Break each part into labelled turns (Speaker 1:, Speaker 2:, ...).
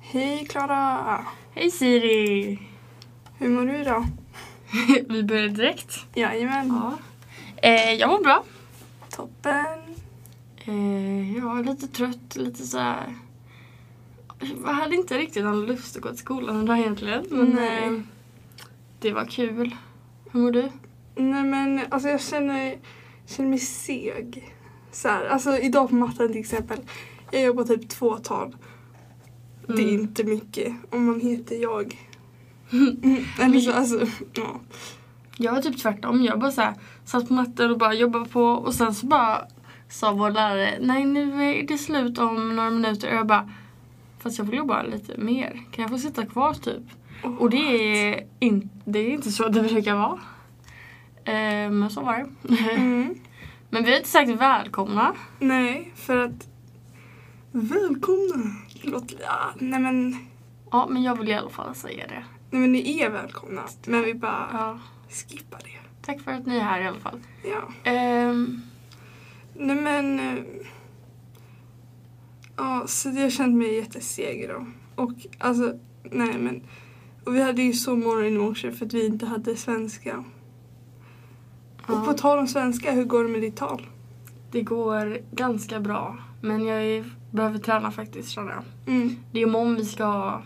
Speaker 1: Hej Klara!
Speaker 2: Hej Siri!
Speaker 1: Hur mår du idag?
Speaker 2: Vi börjar direkt.
Speaker 1: Jajamän,
Speaker 2: Ja. Eh, jag mår bra.
Speaker 1: toppen.
Speaker 2: Eh, jag var lite trött, lite så här. Jag hade inte riktigt någon lust att gå till skolan idag egentligen. Men
Speaker 1: Nej.
Speaker 2: eh, det var kul. Hur mår du? Mm.
Speaker 1: Nej men alltså jag känner, känner mig seg. Så här, alltså idag på matten till exempel. Jag jobbar typ två tal. Det
Speaker 2: Mm.
Speaker 1: är inte mycket om man heter jag. Mm, Eller så alltså, ja.
Speaker 2: Jag var typ tvärtom. Jag bara så här, satt på matten och bara jobbade på och sen så bara sa vår lärare nej nu är det slut om några minuter och jag bara fast jag vill jobba lite mer. Kan jag få sitta kvar typ? Och det är, in, det är inte så det brukar vara. Eh, Men så var det.
Speaker 1: Mm.
Speaker 2: Men vi har inte sagt välkomna.
Speaker 1: Nej, för att välkomna. Låter, ja, nej men,
Speaker 2: Ja, men jag vill i alla fall säga det.
Speaker 1: nej men ni är välkomna. Men vi bara
Speaker 2: Ja,
Speaker 1: skippar det.
Speaker 2: tack för att ni är här i alla fall.
Speaker 1: Ja.
Speaker 2: Ehm,
Speaker 1: Nej men... eh, Ja, så jag kände mig jätteseg idag. Och alltså, nej men... Och vi hade ju så morgon i morse för att vi inte hade svenska. Och på
Speaker 2: ja,
Speaker 1: tal om svenska, hur går det med ditt tal?
Speaker 2: det går ganska bra. Men jag är, behöver träna faktiskt känner jag.
Speaker 1: Mm.
Speaker 2: Det är imorgon vi ska ha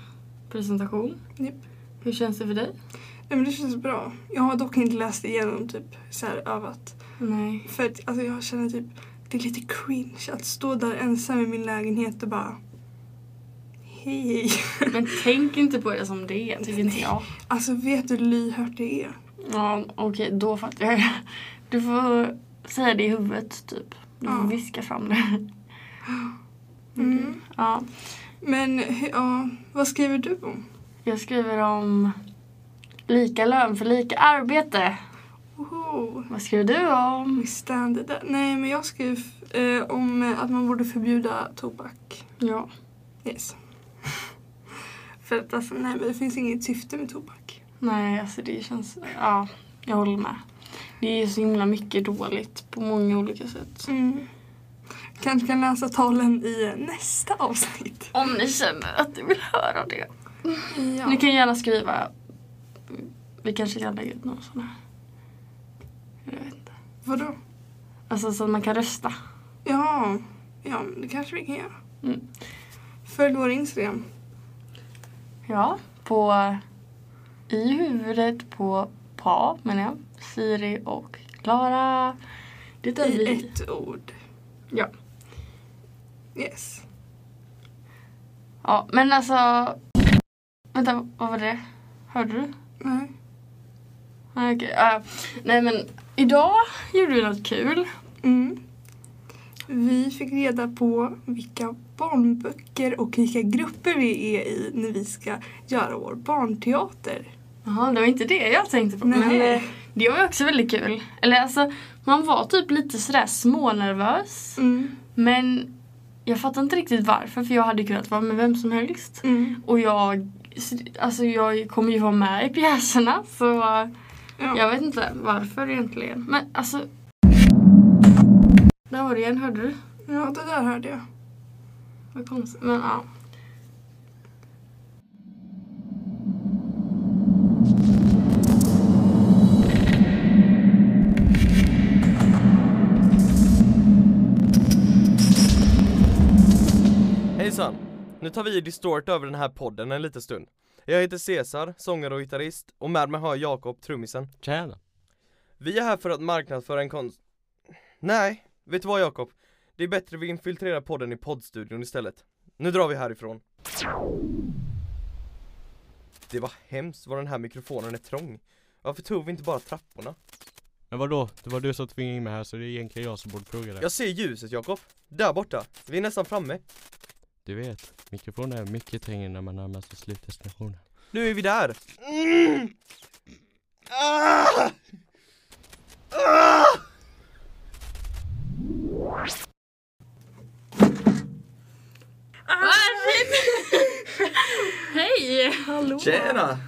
Speaker 2: presentation.
Speaker 1: Japp.
Speaker 2: Hur känns det för dig?
Speaker 1: Nej men det känns bra. Jag har dock inte läst igenom typ så här övat.
Speaker 2: Nej.
Speaker 1: För att alltså, jag känner typ, det är lite cringe att stå där ensam i min lägenhet och bara... Hej hej.
Speaker 2: Men tänk inte på det som det är, tycker inte jag.
Speaker 1: Alltså vet du hur lyhört det är?
Speaker 2: Ja, okej, då fattar jag. Du får säga det i huvudet, typ. Du får
Speaker 1: Ja.
Speaker 2: viska fram det.
Speaker 1: Mm.
Speaker 2: Ja,
Speaker 1: Men he- ja, vad skriver du om?
Speaker 2: jag skriver om lika lön för lika arbete.
Speaker 1: Oho,
Speaker 2: Vad skriver du om?
Speaker 1: vi stand där. Nej, men jag skrev eh, om eh, att man borde förbjuda tobak.
Speaker 2: Ja.
Speaker 1: Yes. För att alltså, nej, men det finns inget syfte med tobak.
Speaker 2: Nej, alltså det känns... Ja, jag håller med. Det är så himla mycket dåligt på många olika sätt.
Speaker 1: Mm. Kanske kan läsa talen i eh, nästa avsnitt.
Speaker 2: Om ni känner att ni vill höra det.
Speaker 1: Ja.
Speaker 2: Ni kan gärna skriva. Vi kanske kan lägga ut någon sån här. Jag vet inte.
Speaker 1: Vadå?
Speaker 2: Alltså så att man kan rösta.
Speaker 1: Ja, ja, men det kanske vi kan göra.
Speaker 2: Mm.
Speaker 1: Följ vår Instagram.
Speaker 2: Ja, på i huvudet på Pa menar jag. Siri och Klara. Det är
Speaker 1: I
Speaker 2: vi.
Speaker 1: ett ord.
Speaker 2: Ja.
Speaker 1: Yes.
Speaker 2: ja, men alltså. Vänta, vad var det? Hörde du?
Speaker 1: Nej.
Speaker 2: Nej, okej. ja. nej men idag gjorde vi något kul.
Speaker 1: Mm. Vi fick reda på vilka barnböcker och vilka grupper vi är i när vi ska göra vår barnteater.
Speaker 2: Jaha, det var inte det jag tänkte på. Men
Speaker 1: Nej.
Speaker 2: eh, det var ju också väldigt kul. Eller alltså, man var typ lite sådär smånervös.
Speaker 1: Mm.
Speaker 2: Men jag fattar inte riktigt varför för jag hade kunnat vara med vem som helst.
Speaker 1: Mm.
Speaker 2: Och jag, alltså jag kommer ju vara med i pjäserna så
Speaker 1: Ja.
Speaker 2: jag vet inte varför egentligen. Men alltså... Där var det igen, hörde du?
Speaker 1: ja, det där hörde jag.
Speaker 2: Vad konstigt. Men ja.
Speaker 3: Hejsan! Nu tar vi i Distort över den här podden en liten stund. Jag heter Cesar, sångare och gitarrist, och med mig har jag Jakob, trummisen.
Speaker 4: Tjena!
Speaker 3: Vi är här för att marknadsföra en konst... Nej, vet du vad Jakob? Det är bättre vi infiltrerar podden i poddstudion istället. Nu drar vi härifrån. Det var hemskt vad den här mikrofonen är trång. Varför tog vi inte bara trapporna?
Speaker 4: Men vadå? Det var du som tvingade in mig här så det är egentligen jag som borde fråga dig.
Speaker 3: Jag ser ljuset Jakob. Där borta. Vi är nästan framme.
Speaker 4: Du vet, mikrofonen är mycket trängre när man närmar sig slutdestinationen.
Speaker 3: Nu är vi där! Mm. Ah! Ah!
Speaker 2: Ah, Hej!
Speaker 1: Hallå!
Speaker 5: Tjena!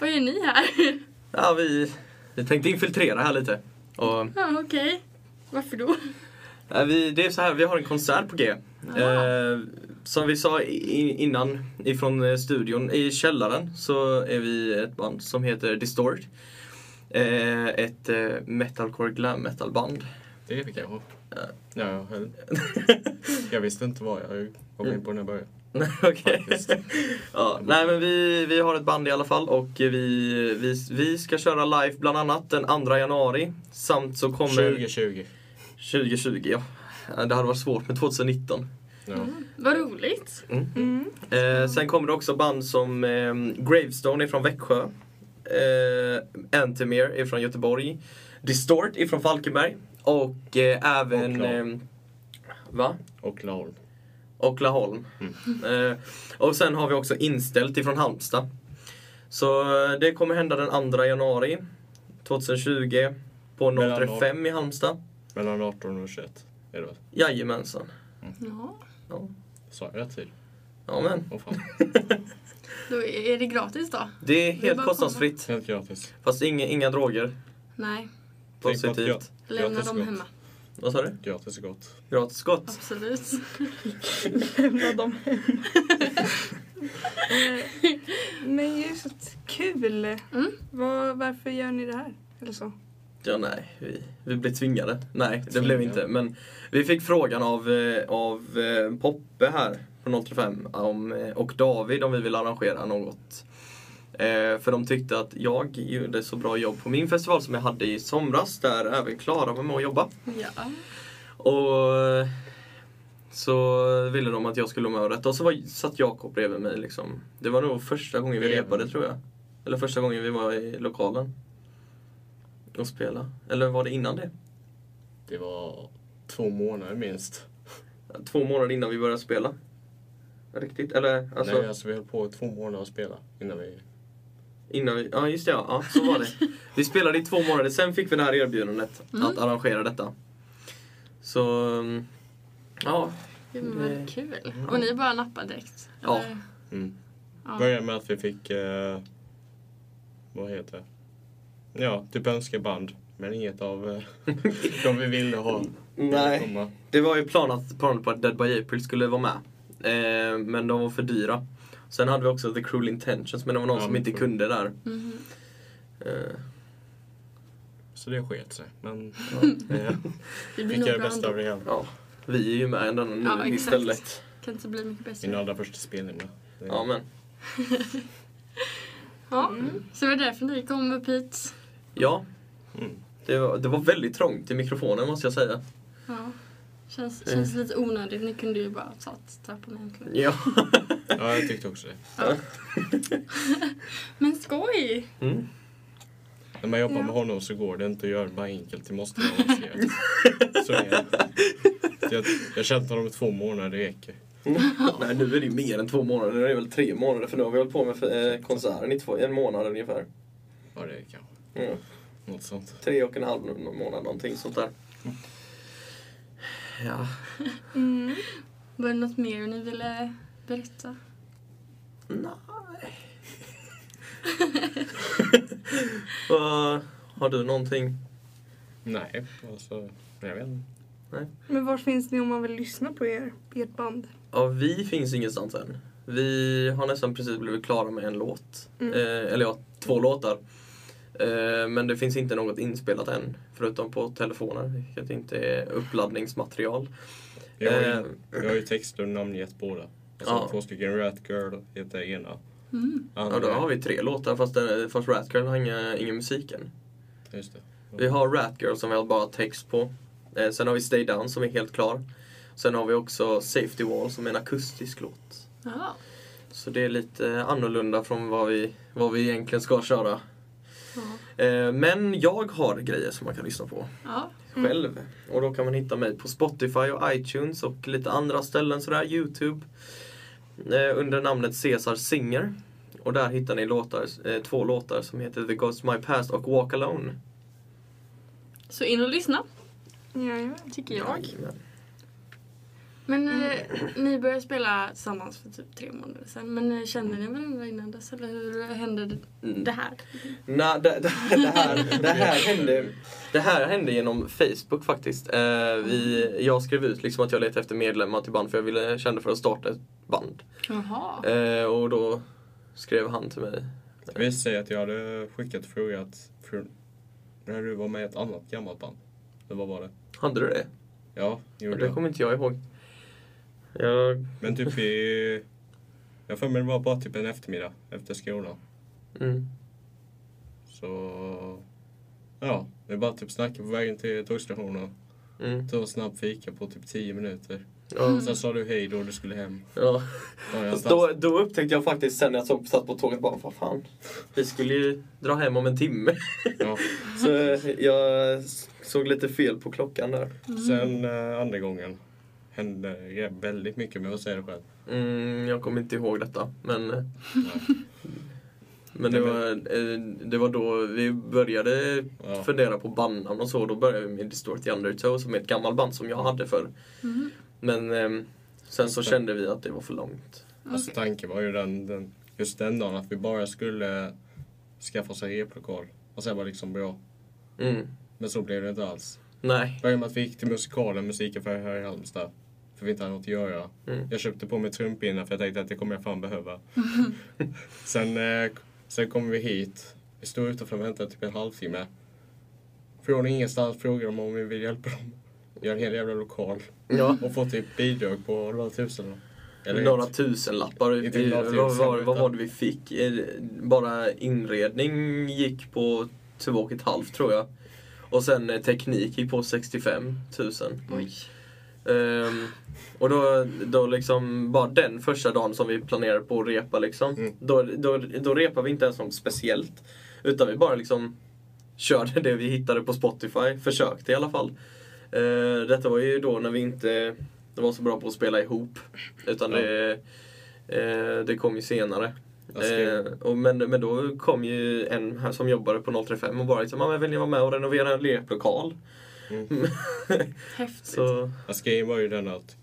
Speaker 2: Vad gör ni här?
Speaker 5: Ja, vi, vi tänkte infiltrera här lite. Och,
Speaker 2: Ja, okej. Varför då?
Speaker 5: ja, vi, det är så här, vi har en konsert på G. Eh, som vi sa i, innan ifrån eh, studion, i källaren så är vi ett band som heter Distort. Eh, ett eh, metalcore glam metal band.
Speaker 6: Det fick jag ihop. Ja, jag, höll. jag visste inte vad jag kom in på när jag började.
Speaker 5: Nej, Okej.
Speaker 6: Faktiskt.
Speaker 5: ja, nej men vi, vi har ett band i alla fall och vi, vi, vi ska köra live bland annat den 2 januari. Samt så kommer...
Speaker 6: 2020.
Speaker 5: 2020 ja. Eh, Det hade varit svårt med 2019.
Speaker 6: Ja.
Speaker 2: Vad roligt.
Speaker 1: Mm.
Speaker 5: Eh, sen kommer det också band som eh, Gravestone är från Växjö. Eh, Antimir är från Göteborg. Distort är från Falkenberg. Och eh, även...
Speaker 6: Och Laholm.
Speaker 5: eh, va?
Speaker 6: Och Laholm.
Speaker 5: Och Laholm.
Speaker 6: Mm.
Speaker 5: Eh, och sen har vi också Inställt ifrån Halmstad. Så eh, det kommer hända den 2 januari 2020 på
Speaker 6: Mellan
Speaker 5: 035 i Halmstad.
Speaker 6: Mellan 18 och 21. Är det väl?
Speaker 5: Jajamensan.
Speaker 2: Ja,
Speaker 6: Sa jag rätt tid?
Speaker 5: Ja, men.
Speaker 6: Åh fan.
Speaker 2: då är det gratis då?
Speaker 5: Det är
Speaker 2: Det är
Speaker 5: helt
Speaker 2: bara att
Speaker 5: kostnadsfritt.
Speaker 6: Helt gratis.
Speaker 5: Fast inga, inga droger.
Speaker 2: Nej,
Speaker 6: Tänk på att jag-
Speaker 5: Positivt.
Speaker 2: lämna
Speaker 6: Gratis
Speaker 2: dem
Speaker 6: gott.
Speaker 2: hemma.
Speaker 5: Vad sa du?
Speaker 6: Gratis är gott.
Speaker 5: Gratis gott.
Speaker 2: Absolut.
Speaker 1: Lämna dem hem. Eh, Men just att- kul.
Speaker 2: Mm.
Speaker 1: Var, varför gör ni det här? Eller så.
Speaker 5: Ja, nej. Vi, vi blev tvingade. Nej, det
Speaker 6: Tvingade.
Speaker 5: blev vi inte. Men vi fick frågan av, eh, av eh, Poppe här på 035 om, eh, och David om vi vill arrangera något. Eh, för de tyckte att jag gjorde så bra jobb på min festival som jag hade i somras där även Klara var med och jobbade.
Speaker 2: Ja.
Speaker 5: Och eh, så ville de att jag skulle vara med och rätta och så var, satt Jakob bredvid mig liksom. Det var nog första gången vi
Speaker 6: Bredvid.
Speaker 5: repade tror jag. Eller första gången vi var i lokalen. Och spela. Eller var det innan det?
Speaker 6: Det var två månader minst.
Speaker 5: Två månader innan vi började spela. Riktigt? Eller alltså,
Speaker 6: Nej, alltså vi höll på i två månader att spela innan vi...
Speaker 5: innan vi... Ja just det ja. ja, så var det. vi spelade i två månader, sen fick vi det här erbjudandet
Speaker 6: Mm.
Speaker 5: att arrangera detta. Så, mm, ja.
Speaker 2: Det var
Speaker 5: Det-
Speaker 2: kul. Och ni bara nappade direkt?
Speaker 5: Ja.
Speaker 2: eller?
Speaker 6: Mm.
Speaker 2: Ja.
Speaker 6: Började med att vi fick... Eh, vad heter det? Ja, typ önskeband. Men inget av eh, de vi ville ha.
Speaker 5: Nej.
Speaker 6: Komma.
Speaker 5: Det var ju plan att planen på att Dead by April skulle vara med. Eh, men de var för dyra. Sen hade vi också The Cruel Intentions men det var någon
Speaker 6: Ja,
Speaker 5: som
Speaker 6: men
Speaker 5: inte
Speaker 6: för-
Speaker 5: kunde där.
Speaker 2: Mhm.
Speaker 5: Eh,
Speaker 6: Så det sket sig. Men
Speaker 5: ja.
Speaker 6: eh,
Speaker 2: Det
Speaker 6: vi
Speaker 2: blir
Speaker 6: fick
Speaker 2: nog
Speaker 6: göra det
Speaker 2: bra
Speaker 6: bästa av
Speaker 2: ändå.
Speaker 6: det hela.
Speaker 5: ja, vi är ju med ändå nu
Speaker 2: Ja, exakt.
Speaker 5: istället.
Speaker 2: Kan inte bli mycket bättre.
Speaker 6: Min allra första spelning va? Det-
Speaker 5: Ja, men.
Speaker 2: Ja, så det var därför ni kom upp hit.
Speaker 5: ja
Speaker 6: Mm.
Speaker 5: det, var, det var väldigt trångt i mikrofonen måste jag säga.
Speaker 2: Ja. Känns, känns lite onödigt. Ni kunde ju bara ha tagit trappan egentligen.
Speaker 5: Ja.
Speaker 6: ja, jag tyckte också det.
Speaker 2: Men skoj!
Speaker 5: Mm.
Speaker 6: När man jobbar med honom så går det inte att göra det bara enkelt. Det måste vara avancerat. Så är det. Jag, jag har känt honom i två månader, det räcker.
Speaker 5: Nej, nu är det ju mer än två månader. Nu är det väl tre månader för nu har vi hållit på med eh, konserten i två, en månad ungefär.
Speaker 6: Ja, det är kanske.
Speaker 5: Ja.
Speaker 6: Något sånt.
Speaker 5: Tre och en halv månad någonting sånt där. Ja.
Speaker 2: Var det något mer ni ville berätta?
Speaker 5: Nej. Vad- har du någonting?
Speaker 6: Nej, alltså, jag vet inte.
Speaker 1: Men var finns ni om man vill lyssna på er, ert band?
Speaker 5: Ja, vi finns ingenstans än. Vi har nästan precis blivit klara med en låt.
Speaker 1: Mm.
Speaker 5: Eh, eller ja, två låtar. Eh, men det finns inte något inspelat än. Förutom på telefoner, vilket inte är uppladdningsmaterial.
Speaker 6: Jag har
Speaker 5: Eh.
Speaker 6: ju, jag har ju texter och namngett båda. Alltså
Speaker 5: Ja.
Speaker 6: två stycken, Rat Girl heter ena.
Speaker 2: Mm.
Speaker 5: Ja, då har vi tre låtar fast, den- fast Ratgirl har inga, ingen musik än.
Speaker 6: Just det.
Speaker 5: Vi har Ratgirl som vi har bara text på. Eh, sen har vi Stay Down som är helt klar. Sen har vi också Safety Wall som är en akustisk låt.
Speaker 2: Ja.
Speaker 5: Så det är lite annorlunda från vad vi, vad vi egentligen ska köra.
Speaker 2: Ja.
Speaker 5: Eh, Men jag har grejer som man kan lyssna på
Speaker 2: ja.
Speaker 1: Mm.
Speaker 5: själv. Och då kan man hitta mig på Spotify och iTunes och lite andra ställen sådär, Youtube. eh, Under namnet Cesar Singer. Och där hittar ni låtar, eh, två låtar som heter The Ghost My Past och Walk Alone.
Speaker 2: Så in och lyssna,
Speaker 1: Jajamän.
Speaker 2: tycker jag.
Speaker 5: Jajamän.
Speaker 2: Men eh, ni började spela tillsammans för typ tre månader sedan. Men eh, kände ni varandra innan dess? Eller hur hände det-
Speaker 5: Mm.
Speaker 2: det här?
Speaker 5: Nej, det, det, det, här, det här hände... Det här hände genom Facebook faktiskt. Eh, vi, jag skrev ut liksom att jag letade efter medlemmar till band för jag ville, kände för att starta ett band.
Speaker 2: Jaha.
Speaker 5: Eh, och då skrev han till mig.
Speaker 6: Det visade sig att jag hade skickat fråga att för, när du var med i ett annat gammalt band. Det var bara det.
Speaker 5: Hade du det?
Speaker 6: Ja, gjorde
Speaker 5: Det
Speaker 6: jag.
Speaker 5: kommer inte jag ihåg. mm, Jag...
Speaker 6: Men typ i... Jag har för mig det var bara typ en eftermiddag efter skolan.
Speaker 5: Mm.
Speaker 6: Så... Ja, vi bara typ snackade på vägen till tågstationen.
Speaker 5: Mm.
Speaker 6: Tog en snabb fika på typ 10 minuter.
Speaker 5: Ja.
Speaker 6: Sen sa du hej då du skulle hem.
Speaker 5: Ja.
Speaker 6: Ja, jag
Speaker 5: Fast
Speaker 6: satt-
Speaker 5: Då, då upptäckte jag faktiskt sen när jag såg- satt på tåget bara, vad fan. Vi skulle ju dra hem om en timme.
Speaker 6: ja.
Speaker 5: Så jag såg lite fel på klockan där.
Speaker 6: Sen eh, andra gången hände det väldigt mycket med att säga det själv.
Speaker 5: Mm, jag kommer inte ihåg detta, men... eh,
Speaker 6: Nej.
Speaker 5: Men det var, eh, det var då vi började
Speaker 6: Ja.
Speaker 5: fundera på bandnamn och så. Då började vi med Distorted Undertow som är ett gammalt band som jag hade förr. Men eh, sen så kände vi att det var för långt.
Speaker 6: Alltså tanken var ju den, den, just den dagen att vi bara skulle skaffa oss en replokal. Och sen var det liksom bra.
Speaker 5: Mm.
Speaker 6: Men så blev det inte alls.
Speaker 5: Nej.
Speaker 6: Började med att vi gick till musikalen, musikaffär här i Halmstad. För vi inte hade något att göra.
Speaker 5: Mm.
Speaker 6: Jag köpte på mig trumpinnar för jag tänkte att det kommer jag fan behöva. sen, eh, sen kom vi hit. Vi stod utanför och väntade typ en halvtimme. Från ingenstans frågade de om vi ville hjälpa dem. Göra en hel jävla lokal.
Speaker 5: Ja.
Speaker 6: Och få typ bidrag på några tusen. Eller
Speaker 5: några
Speaker 6: ett.
Speaker 5: tusenlappar.
Speaker 6: Inte
Speaker 5: Vi,
Speaker 6: några
Speaker 5: vad,
Speaker 6: tusen,
Speaker 5: var, vad
Speaker 6: utan-
Speaker 5: var det vi fick? Eh, Bara inredning gick på två och ett halvt tror jag. Och sen eh, teknik gick på 65 000.
Speaker 2: Oj.
Speaker 5: Ehm, och då, då liksom, bara den första dagen som vi planerade på att repa liksom.
Speaker 6: Mm.
Speaker 5: Då, då, då repade vi inte ens något speciellt. Utan vi bara liksom körde det vi hittade på Spotify. Försökte i alla fall. Ehm, detta var ju då när vi inte var så bra på att spela ihop. Utan
Speaker 6: Ja.
Speaker 5: det, eh, det kom ju senare.
Speaker 6: Jag skrev-
Speaker 5: Eh, och men, men då kom ju en här som jobbade på 035 och bara liksom, "Ja, men vill ni vara med och renovera en leplokal?
Speaker 6: Mm.
Speaker 2: Häftigt.
Speaker 5: Så,
Speaker 6: Alltså grejen var ju den att,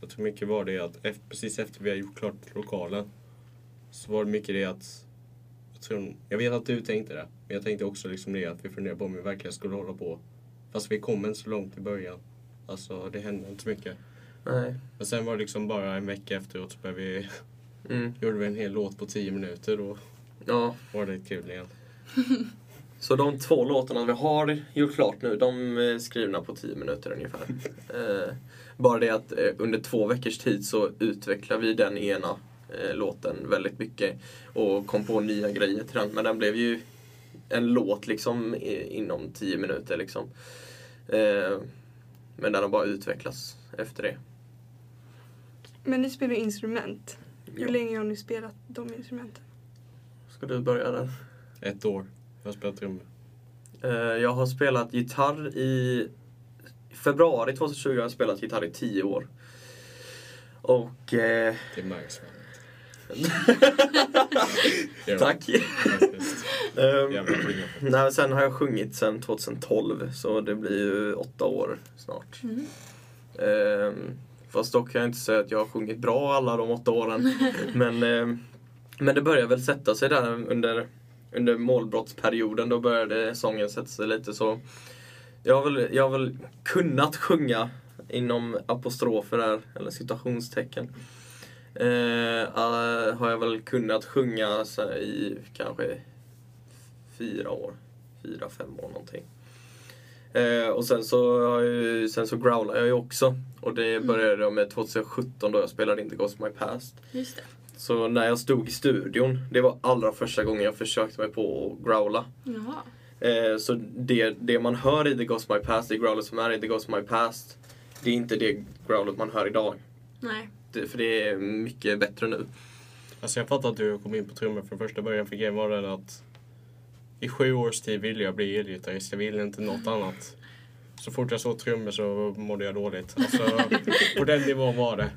Speaker 6: jag tror mycket var det att efter, precis efter vi hade gjort klart lokalen så var det mycket det att, jag, tror, jag vet att du tänkte det, men jag tänkte också liksom det att vi funderade på om vi verkligen skulle hålla på. Fast vi kom inte så långt i början. Alltså det hände inte så mycket.
Speaker 5: nej.
Speaker 6: Men sen var det liksom bara en vecka efteråt så började vi,
Speaker 5: Mm,
Speaker 6: gjorde vi en hel låt på tio minuter och
Speaker 5: ja.
Speaker 6: var det kul igen.
Speaker 5: Så de två låtarna vi har gjort klart nu, de är skrivna på 10 minuter ungefär. Eh, bara det att eh, under två veckors tid så utvecklar vi den ena eh, låten väldigt mycket och kom på nya grejer till den. Men den blev ju en låt liksom i- inom 10 minuter liksom. Eh, men den har bara utvecklats efter det.
Speaker 1: Men ni spelar ju instrument. Hur
Speaker 5: Ja.
Speaker 1: länge har ni spelat de instrumenten?
Speaker 5: Ska du börja där?
Speaker 6: Ett år. Jag har spelat trummor.
Speaker 5: Eh, Jag har spelat gitarr i i februari 2020 har jag spelat gitarr i 10 år. Och... Eh,
Speaker 6: Det märks fan inte.
Speaker 5: tack!
Speaker 6: Faktiskt.
Speaker 5: Ehm,
Speaker 6: Jävla kul.
Speaker 5: nej, sen har jag sjungit sen 2012 så det blir ju åtta år snart.
Speaker 2: Mm.
Speaker 5: Ehm, fast dock kan jag inte säga att jag har sjungit bra alla de åtta åren. men, ehm, men det börjar väl sätta sig där under, under målbrottsperioden. Då började sången sätta sig lite så. Jag har väl, jag har väl kunnat sjunga inom apostrofer där, eller citationstecken. Eh, eh, har jag väl kunnat sjunga så här, i kanske fyra år. Fyra, fem år någonting. Eh, och sen så, har jag, ju- sen så growlar jag ju också. Och det började jag med 2017 då jag spelade in The Ghost of My Past.
Speaker 2: Just det.
Speaker 5: Så när jag stod i studion, det var allra första gången jag försökte mig på att growla.
Speaker 2: Jaha.
Speaker 5: Eh, så det, det man hör i The Ghost of My Past, det growlet som är i The Ghost of My Past, det är inte det growlet man hör idag.
Speaker 2: Nej.
Speaker 5: Det, för det är mycket bättre nu.
Speaker 6: Alltså jag fattar att du kom in på trummor från första början för grejen var den att i sju års tid ville jag bli elgitarrist, jag ville inte något annat. Så fort jag såg trummor så mådde jag dåligt. Alltså, på den nivån var det.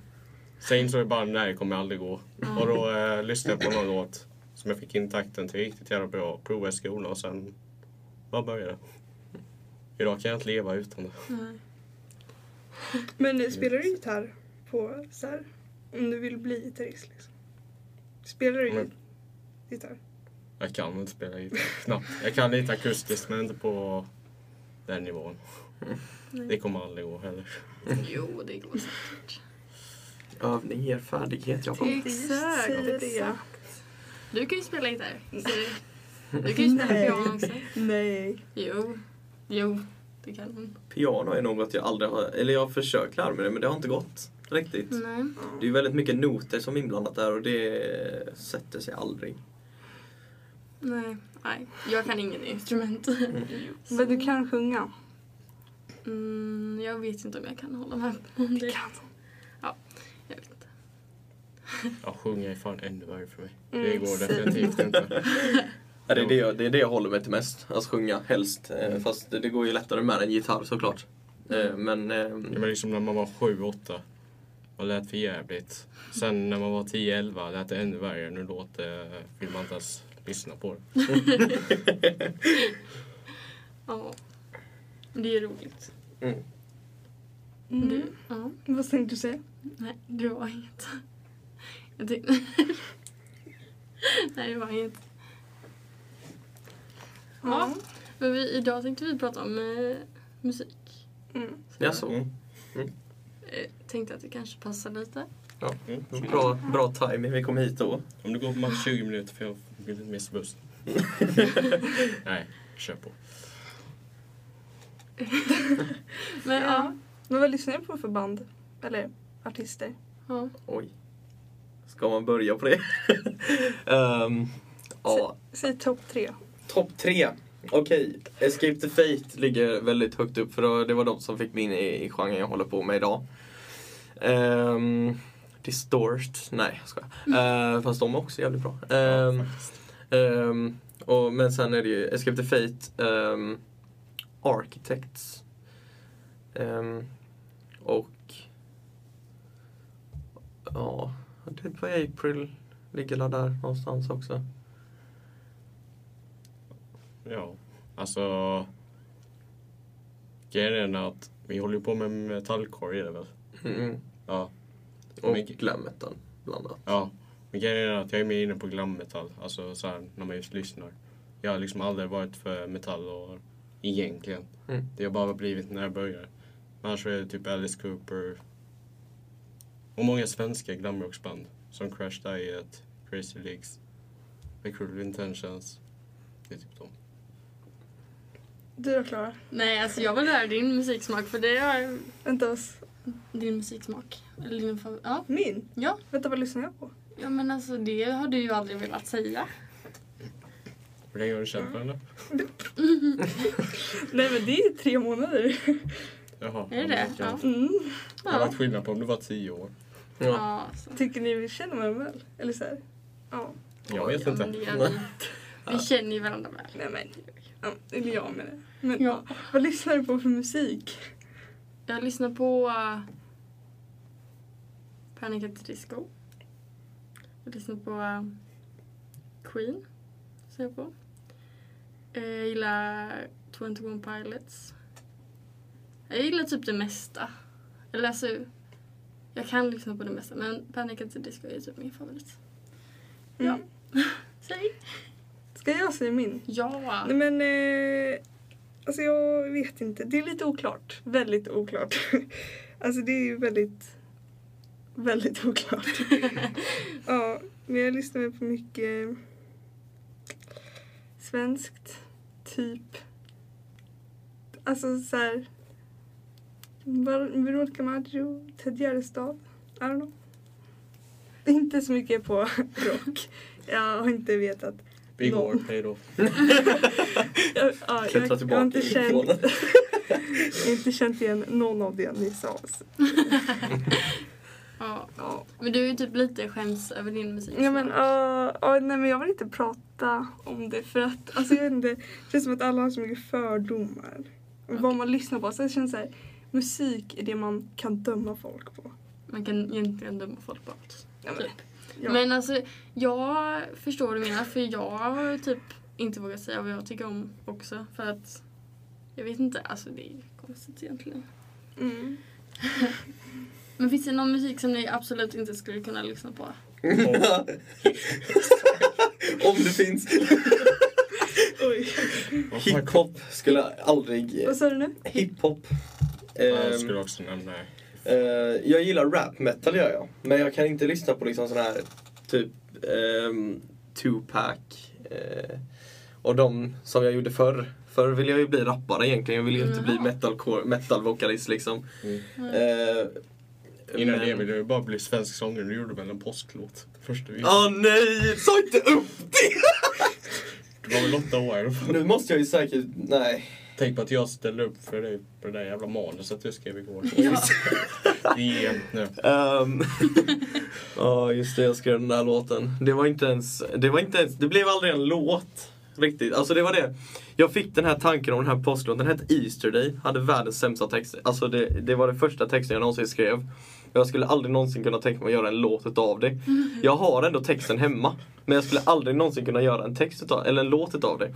Speaker 6: Sen insåg jag bara, nej det kommer aldrig gå. Och då eh, lyssnade jag på någon låt som jag fick in takten till riktigt jävla bra, provade i skolan och sen bara började. Idag kan jag inte leva utan det.
Speaker 2: Nej.
Speaker 1: Men eh, spelar du gitarr på så här, om du vill bli gitarrist liksom? Spelar du
Speaker 6: Men-
Speaker 1: gitarr?
Speaker 6: Jag kan inte spela gitarr, knappt. Jag kan lite akustiskt men inte på den nivån.
Speaker 2: Nej.
Speaker 6: Det kommer aldrig gå heller.
Speaker 2: Jo, det går säkert.
Speaker 5: Övning ger färdighet, Jakob.
Speaker 2: Exakt.
Speaker 1: Det är det.
Speaker 2: Du kan ju spela gitarr. Så Du kan ju spela
Speaker 1: Mm. Nej.
Speaker 2: piano också.
Speaker 1: Nej.
Speaker 2: Jo. Jo, det kan hon.
Speaker 5: Piano är något jag aldrig har, eller jag har försökt lära mig det men det har inte gått riktigt.
Speaker 2: Nej.
Speaker 5: Det är väldigt mycket noter som är inblandat där och det sätter sig aldrig.
Speaker 2: Nej. Nej. Jag kan ingen instrument.
Speaker 1: Mm.
Speaker 2: Så-
Speaker 1: Men du kan sjunga.
Speaker 2: Mm, jag vet inte om jag kan hålla med.
Speaker 1: Du kan.
Speaker 2: Jag vet inte.
Speaker 6: Ja, sjunga är fan ännu värre för mig.
Speaker 1: Mm.
Speaker 6: Det går definitivt inte.
Speaker 5: Ja, det, är det, jag, det är det jag håller mig till mest, att sjunga helst. Eh, Fast det, det går ju lättare med en gitarr såklart. Eh, Men
Speaker 6: Ja,
Speaker 5: eh,
Speaker 6: men liksom när man var sju, åtta. Man lät för jävligt. Sen när man var 10, 11 lät det ännu värre. Nu låter, vill man inte ens lyssna på det.
Speaker 2: Ja. Det är roligt.
Speaker 1: Mm.
Speaker 2: Du? Ja.
Speaker 1: Vad tänkte du säga?
Speaker 2: Nej, det var inget. Jag tyckte... Nej, det var inget. Ja. Men vi, idag tänkte vi prata om eh, musik.
Speaker 1: Mm.
Speaker 5: jaså?
Speaker 2: Eh, tänkte att det kanske passar lite.
Speaker 5: Ja, bra, bra timing vi kom hit då.
Speaker 6: Om du går på max 20 minuter för jag vill inte missa bussen. Nej, kör på.
Speaker 2: Men ja.
Speaker 1: Men vad lyssnar du på för band? Eller artister?
Speaker 2: ja.
Speaker 5: Oj. Ska man börja på det? Ehm, ja,
Speaker 1: Säg topp tre.
Speaker 5: topp tre. Okej, Escape the Fate ligger väldigt högt upp för det var de som fick mig in i, i genren jag håller på med idag. Um, Distort, nej jag skojar. Eh, fast de är också jävligt bra. Ehm, ehm, och, men sen är det ju Escape the Fate, ehm, Architects ehm, och ja, Dead by April ligger la där någonstans också.
Speaker 6: Ja, alltså... Grejen är den att vi håller ju på med metallkorg, är det väl?
Speaker 5: Mm.
Speaker 6: Ja.
Speaker 5: Och
Speaker 6: Men-
Speaker 5: glammetan blandat.
Speaker 6: Ja, men grejen är att jag är mer inne på glammetall, alltså så här, när man just lyssnar. Jag har liksom aldrig varit för metall och, egentligen.
Speaker 5: Mm.
Speaker 6: Det har bara blivit när jag började. Men annars är det typ Alice Cooper och många svenska glamrocksband som Crash Diet, Crazy Legs, The Cruel Intentions. Det är typ de.
Speaker 1: Du då Klara?
Speaker 2: Nej, alltså jag vill höra din musiksmak för det är
Speaker 1: Vänta oss. din
Speaker 2: din musiksmak. Eller din favor- ja.
Speaker 1: Min?
Speaker 2: Ja.
Speaker 1: Vänta vad lyssnar jag på?
Speaker 2: ja, men alltså det har du ju aldrig velat säga.
Speaker 6: Hur länge har du
Speaker 2: Mm.
Speaker 6: känt varandra?
Speaker 1: Nej men det är tre månader.
Speaker 6: Jaha.
Speaker 2: Är det det?
Speaker 6: Ja.
Speaker 2: Ja.
Speaker 6: men
Speaker 1: Mm.
Speaker 6: Det hade
Speaker 2: Ja.
Speaker 6: varit skillnad på om du var tio år.
Speaker 2: ja
Speaker 5: Ja.
Speaker 2: alltså.
Speaker 1: Tycker ni vi känner varandra väl? Eller så här? Ja.
Speaker 6: Jag vet
Speaker 2: Ja, men
Speaker 6: inte.
Speaker 2: det gör vi. Vi känner ju varandra väl.
Speaker 1: Nej men. Ja, eller jag menar. Men
Speaker 2: Ja.
Speaker 1: vad lyssnar du på för musik?
Speaker 2: Jag lyssnar på uh, Panic at the Disco. Jag lyssnar på eh, Queen. lyssnar jag på. Eh, jag gillar 21 Pilots. Jag gillar typ det mesta. Eller alltså, jag kan lyssna på det mesta men Panic at the Disco är typ min favorit.
Speaker 1: Mm.
Speaker 2: Säg!
Speaker 1: Ska jag säga min?
Speaker 2: Ja!
Speaker 1: Nej men, eh, alltså jag vet inte. Det är lite oklart. Väldigt oklart. alltså det är ju väldigt, väldigt oklart. ja, men jag lyssnar väl på mycket svenskt, typ. Alltså så här. Bar- Veronica Maggio, Ted Gärdestad. I don't know. Inte så mycket på rock. Jag har inte vetat
Speaker 6: Big
Speaker 1: Någon.
Speaker 6: War, hej då.
Speaker 1: jag, ja, jag,
Speaker 5: Klättra
Speaker 1: jag har
Speaker 5: tillbaka
Speaker 1: inte
Speaker 5: i
Speaker 1: känt,
Speaker 5: mikrofonen.
Speaker 1: jag har inte känt igen någon av det ni sa. Så.
Speaker 2: ja.
Speaker 1: Ja.
Speaker 2: Men du är ju typ lite skäms över din musik.
Speaker 1: Ja, men, ja, ja, nej, men jag vill inte prata om det för att alltså, jag vet inte, det känns som att alla har så mycket fördomar. om Vad man lyssnar på. Så det känns så här, musik är det man kan döma folk på.
Speaker 2: Man kan egentligen döma folk på allt.
Speaker 1: Ja, men, ja.
Speaker 2: Men alltså, jag förstår vad du menar för jag har typ inte vågat säga vad jag tycker om också för att jag vet inte, alltså det är ju konstigt egentligen.
Speaker 1: mm.
Speaker 2: Men finns det någon musik som ni absolut inte skulle kunna lyssna på?
Speaker 5: Om det finns.
Speaker 1: Oj.
Speaker 5: Hiphop skulle jag aldrig...
Speaker 1: Vad sa du nu?
Speaker 5: Hiphop.
Speaker 6: Jag
Speaker 5: Ehm,
Speaker 6: skulle också nämna det.
Speaker 5: Eh, jag gillar rap metal gör jag. Men jag kan inte lyssna på liksom sån här typ ehm, Tupac. eh, och de som jag gjorde förr. Förr ville jag ju bli rappare egentligen. Jag ville ju inte bli
Speaker 1: Mm.
Speaker 5: metalcore, metalvokalist liksom.
Speaker 6: Mm.
Speaker 5: Eh,
Speaker 6: Innan
Speaker 5: men-
Speaker 6: det ville du bara bli svensk sångare. Du gjorde väl en påsklåt? Först du visste.
Speaker 5: Åh nej! Ta inte upp det!
Speaker 6: Du var väl åtta år?
Speaker 5: nu måste jag ju säkert... Nej.
Speaker 6: Tänk på att jag ställde upp för dig på det där jävla manuset du skrev igår.
Speaker 1: Ja.
Speaker 6: Det är nu.
Speaker 5: Ehm, Ja, just det. Jag skrev den där låten. Det var inte ens... Det, var inte ens, det blev aldrig en låt. Riktigt. Alltså det var det. Jag fick den här tanken om den här påsklåten. Den hette Easter Day. Hade världens sämsta text. Alltså det, det var den första texten jag någonsin skrev. Jag skulle aldrig någonsin kunna tänka mig att göra en låt utav det. Jag har ändå texten hemma. Men jag skulle aldrig någonsin kunna göra en text utav, eller en låt utav det.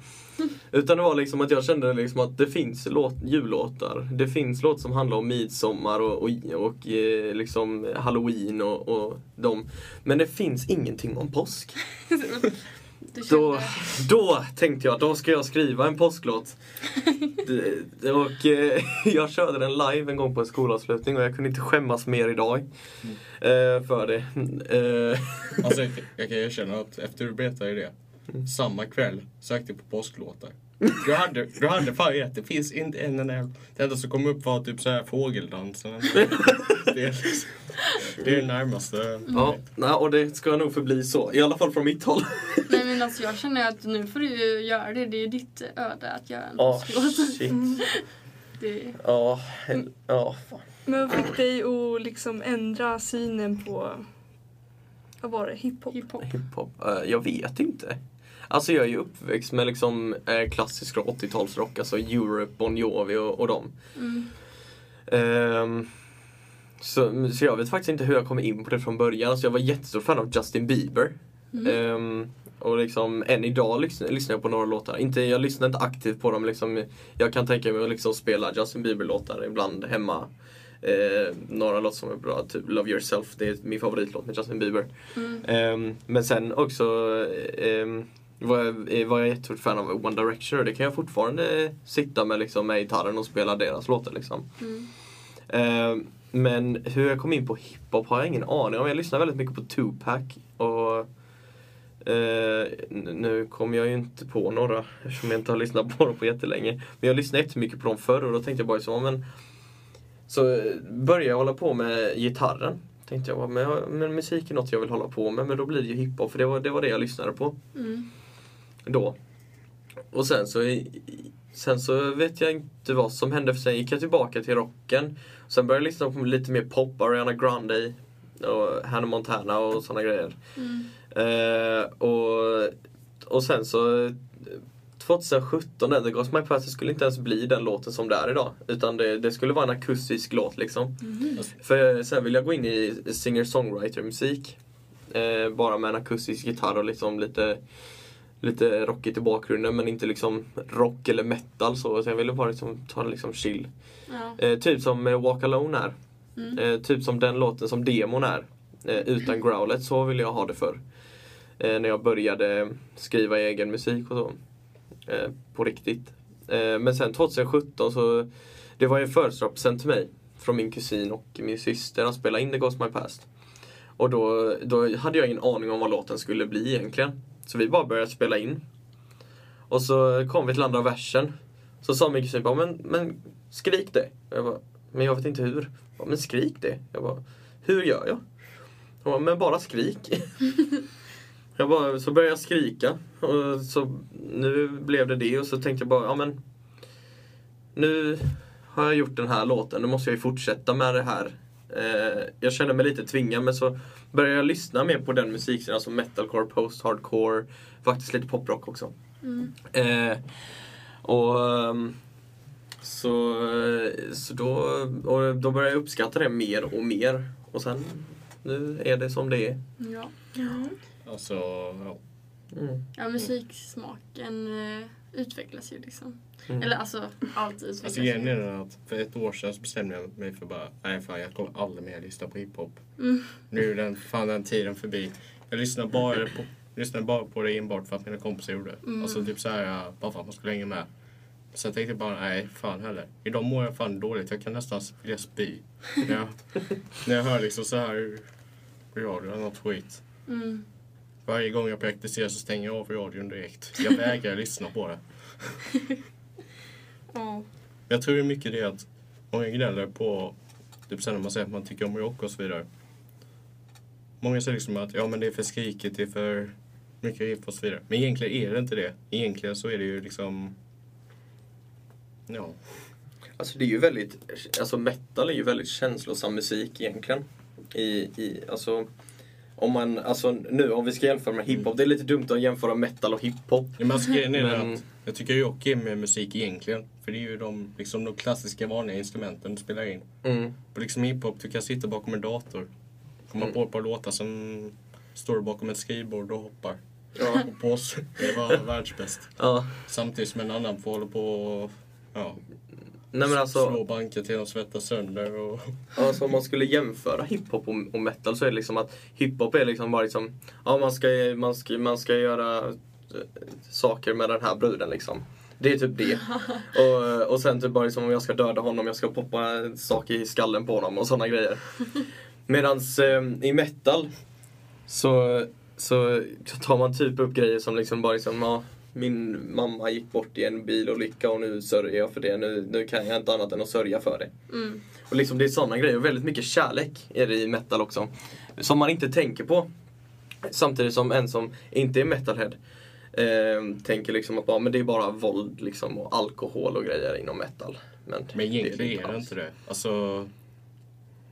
Speaker 5: Utan det var liksom att jag kände liksom att det finns låt, jullåtar. Det finns låt som handlar om midsommar och, och, och eh, liksom halloween och, och dem. Men det finns ingenting om påsk.
Speaker 2: Du
Speaker 5: Då,
Speaker 2: kände,
Speaker 5: då tänkte jag, då ska jag skriva en påsklåt. Det- det- och eh, jag körde den live en gång på en skolavslutning och jag kunde inte skämmas mer idag eh, för det. Eh,
Speaker 6: Alltså, jag, jag kan erkänna att efter du berättade det, samma kväll sökte jag på påsklåtar. Du hade, du hade fan rätt, det finns inte en enda. jävla- Det enda som kom upp var typ så här fågeldansen. Det är, liksom, det är det närmaste.
Speaker 5: ja, nej, och det ska nog förbli så. I alla fall från mitt håll.
Speaker 2: nej men alltså jag känner att nu får du ju göra det. Det är ju ditt öde att göra en
Speaker 5: Ja,
Speaker 2: påsklåt.
Speaker 5: shit.
Speaker 2: Det,
Speaker 5: Ja, hel- ja, fan.
Speaker 1: Men vad fick dig att liksom ändra synen på, vad var det, hiphop?
Speaker 2: hiphop.
Speaker 5: Hiphop? Eh, jag vet inte. Alltså jag är ju uppväxt med liksom eh, klassisk 80-talsrock, alltså Europe, Bon Jovi och, och dem.
Speaker 2: Mm.
Speaker 5: Ehm, så, så jag vet faktiskt inte hur jag kom in på det från början. Alltså jag var jättestor fan av Justin Bieber.
Speaker 2: Mm.
Speaker 5: Ehm, och liksom än idag lyssn- lyssnar jag på några låtar. Inte, jag lyssnar inte aktivt på dem. Liksom, jag kan tänka mig att liksom spela Justin Bieber-låtar ibland hemma. Eh, några låtar som är bra, typ Love Yourself, det är min favoritlåt med Justin Bieber.
Speaker 2: Mm.
Speaker 5: Ehm, men sen också ehm, var, jag, eh, var jag jättestort fan av One Direction och det kan jag fortfarande eh, sitta med, liksom, med gitarren och spela deras låtar. Liksom.
Speaker 2: Mm.
Speaker 5: Ehm, men hur jag kom in på hiphop har jag ingen aning om. Jag lyssnar väldigt mycket på Tupac och eh, n- nu kommer jag ju inte på några eftersom jag inte har lyssnat på dem på jättelänge. Men jag lyssnade jättemycket på dem förr och då tänkte jag bara så, men så eh, började jag hålla på med gitarren. Tänkte jag, men, jag- men musik är något jag vill hålla på med, men då blir det ju hiphop för det var det, var det jag lyssnade på
Speaker 2: Mm.
Speaker 5: då. Och sen så, i- sen så vet jag inte vad som hände för sen gick jag tillbaka till rocken. Sen började jag lyssna på lite mer pop, Ariana Grande och Hannah Montana och såna grejer.
Speaker 2: Mm.
Speaker 5: Eh, och, och sen så eh, 2017, där, The Ghost My Past, det skulle inte ens bli den låten som det är idag. Utan det, det skulle vara en akustisk låt liksom.
Speaker 2: Mhm.
Speaker 5: För sen vill jag gå in i singer-songwriter-musik. Eh, bara med en akustisk gitarr och liksom lite, lite rockigt i bakgrunden men inte liksom rock eller metal så. så jag ville bara liksom ta det liksom chill.
Speaker 2: Ja.
Speaker 5: Eh, typ som eh, Walk Alone är.
Speaker 2: Mm.
Speaker 5: Eh, typ som den låten som demon är. Eh, utan growlet, så ville jag ha det för eh, När jag började skriva egen musik och så. Eh, på riktigt. Eh, men sen 2017 så, det var ju en födelsedagspresent till mig. Från min kusin och min syster att spela in The Ghost My Past. Och då, då hade jag ingen aning om vad låten skulle bli egentligen. Så vi bara började spela in. Och så kom vi till andra versen. Så sa min kusin bara, men, men skrik det. Och jag bara, men jag vet inte hur. Ja, men skrik det. Jag bara, hur gör jag? Hon bara, men bara skrik. jag bara, så började jag skrika. Och så nu blev det det och så tänkte jag bara, ja men nu har jag gjort den här låten, nu måste jag ju fortsätta med det här. Eh, jag kände mig lite tvingad men så började jag lyssna mer på den musiken, alltså metalcore, post-hardcore, faktiskt lite poprock också.
Speaker 2: Mm.
Speaker 5: Eh, och ehm, så, så då, och då började jag uppskatta det mer och mer. Och sen, nu är det som det är.
Speaker 2: Ja.
Speaker 6: Alltså, ja.
Speaker 5: Mm.
Speaker 2: ja, musiksmaken eh, utvecklas ju liksom.
Speaker 5: Mm.
Speaker 2: Eller alltså, allt utvecklas
Speaker 6: Alltså grejen är den att för ett år sedan så bestämde jag mig för bara, nej fan jag kommer aldrig mer lyssna på hiphop.
Speaker 2: Mm.
Speaker 6: Nu är den, fan den tiden förbi. Jag lyssnar bara på, lyssnade bara på det enbart för att mina kompisar gjorde det.
Speaker 2: Mm.
Speaker 6: Alltså typ såhär, bara för att man skulle hänga med. Sen tänkte jag bara, nej fan heller. Idag mår jag fan dåligt, jag kan nästan vilja spy. när, jag, när jag hör liksom såhär på radion eller något skit.
Speaker 2: Mm.
Speaker 6: Varje gång jag praktiserar så stänger jag av radion direkt. Jag vägrar lyssna på det.
Speaker 2: Ja.
Speaker 6: Jag tror ju mycket det att många gnäller på, typ sen när man säger att man tycker om rock och så vidare. Många säger liksom att ja men det är för skrikigt, det är för mycket riff och så vidare. Men egentligen är det inte det. Egentligen så är det ju liksom, ja.
Speaker 5: Alltså det är ju väldigt, alltså metal är ju väldigt känslosam musik egentligen. I, i, alltså, om man, alltså nu om vi ska jämföra med hiphop, det är lite dumt att jämföra metal och hiphop.
Speaker 6: Ja, Men alltså, grejen är
Speaker 5: Men-
Speaker 6: att jag tycker ju rock är med musik egentligen. För det är ju de, liksom, de klassiska vanliga instrumenten du spelar in.
Speaker 5: Mm.
Speaker 6: På liksom hiphop, du kan sitta bakom en dator. Komma
Speaker 5: Mm.
Speaker 6: på ett par låtar som står bakom ett skrivbord och hoppar.
Speaker 5: Ja.
Speaker 6: Och pås. Det var världsbäst.
Speaker 5: ja.
Speaker 6: Samtidigt som en annan får hålla på och ja,
Speaker 5: Nej men alltså,
Speaker 6: slå banken till de svettas sönder. Och,
Speaker 5: alltså om man skulle jämföra hiphop och, och metal så är det liksom att hiphop är liksom bara liksom, ja man ska, man ska, man ska göra eh, saker med den här bruden liksom. Det är typ det. Och, och sen typ bara liksom om jag ska döda honom, jag ska poppa saker i skallen på honom och sådana grejer. Medans eh, i metal så, så tar man typ upp grejer som liksom bara liksom, ja, min mamma gick bort i en bilolycka och nu sörjer jag för det. Nu, nu kan jag inte annat än att sörja för det.
Speaker 2: Mm.
Speaker 5: Och liksom det är sådana grejer. Och väldigt mycket kärlek är det i metal också. Som man inte tänker på. Samtidigt som en som inte är metalhead eh, tänker liksom att bara, men det är bara våld liksom och alkohol och grejer inom metal. Men,
Speaker 6: men
Speaker 5: det
Speaker 6: egentligen är det
Speaker 5: alls.
Speaker 6: inte det. Alltså,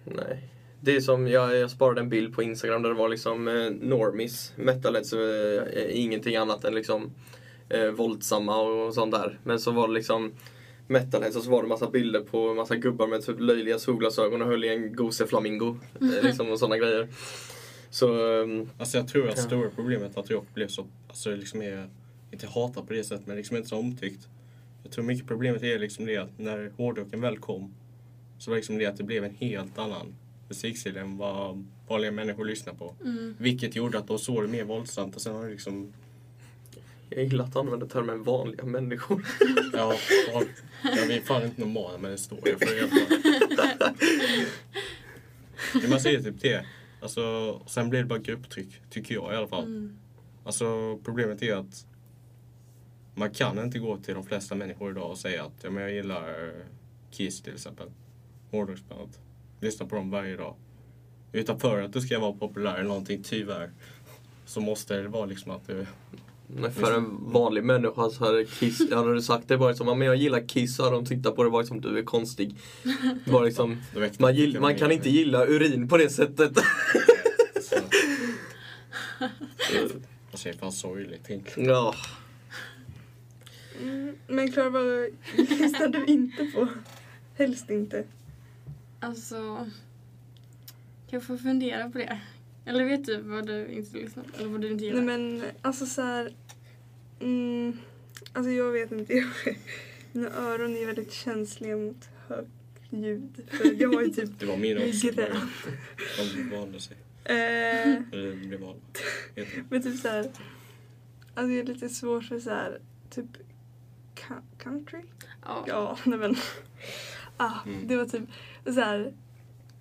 Speaker 5: Nej. Det är som, jag, jag sparade en bild på Instagram där det var liksom eh, normis, metalheads, eh, eh, ingenting annat än liksom eh, våldsamma och, och sånt där. Men så var det liksom metalheads och så var det massa bilder på massa gubbar med typ löjliga solglasögon och höll i en goseflamingo. Eh, liksom och sådana grejer. Så, eh,
Speaker 6: Alltså jag tror att
Speaker 5: Ja.
Speaker 6: stora problemet att rock blev så, alltså liksom är, inte hatat på det sättet men liksom inte så omtyckt. Jag tror mycket problemet är liksom det att när hårdrocken väl kom så var det liksom det att det blev en helt annan musikstil än vad vanliga människor lyssnar på.
Speaker 2: Mm.
Speaker 6: Vilket gjorde att de såg det mer våldsamt och sen har det liksom,
Speaker 5: jag gillar att använda termen vanliga människor.
Speaker 6: ja, ja, ja vi är fan inte normala men det står jag för i alla fall. Men Man säger typ det. Alltså, sen blir det bara grupptryck, tycker jag i alla fall.
Speaker 2: Mm.
Speaker 6: Alltså problemet är att man kan inte gå till de flesta människor idag och säga att ja, men jag gillar Kiss till exempel. Hårdrocksbandet. Lyssna på dem varje dag. Utan för att du ska vara populär eller någonting, tyvärr, så måste det vara liksom att du...
Speaker 5: Men för en vanlig människa så hade, Kiss, hade du sagt det bara som, "Ja, men jag gillar Kiss så hade de tittat på det bara som du är konstig. Bara liksom,
Speaker 6: du vet,
Speaker 5: Man, gill, man kan inte gilla urin på det sättet.
Speaker 6: Så- Alltså det är fan sorgligt egentligen.
Speaker 5: Ja.
Speaker 1: Mm, men Klara, vad lyssnar du inte på? Helst inte.
Speaker 2: Alltså, jag får fundera på det. Eller vet du vad du inte lyssnar på? Eller vad du inte gillar?
Speaker 1: Nej men alltså så här, mm, Alltså jag vet inte. jag- Mina öron är väldigt känsliga mot högt ljud. För jag har ju typ...
Speaker 6: Det var min
Speaker 1: Jag
Speaker 6: också.
Speaker 1: grät.
Speaker 6: De valde sig.
Speaker 1: Eh,
Speaker 6: Eller blev valda. Heter det.
Speaker 1: men typ så här, Alltså jag är lite svårt för så här, typ co- country?
Speaker 2: ja.
Speaker 1: Ja, nej men. Ah,
Speaker 6: Mm.
Speaker 1: Det var typ så här.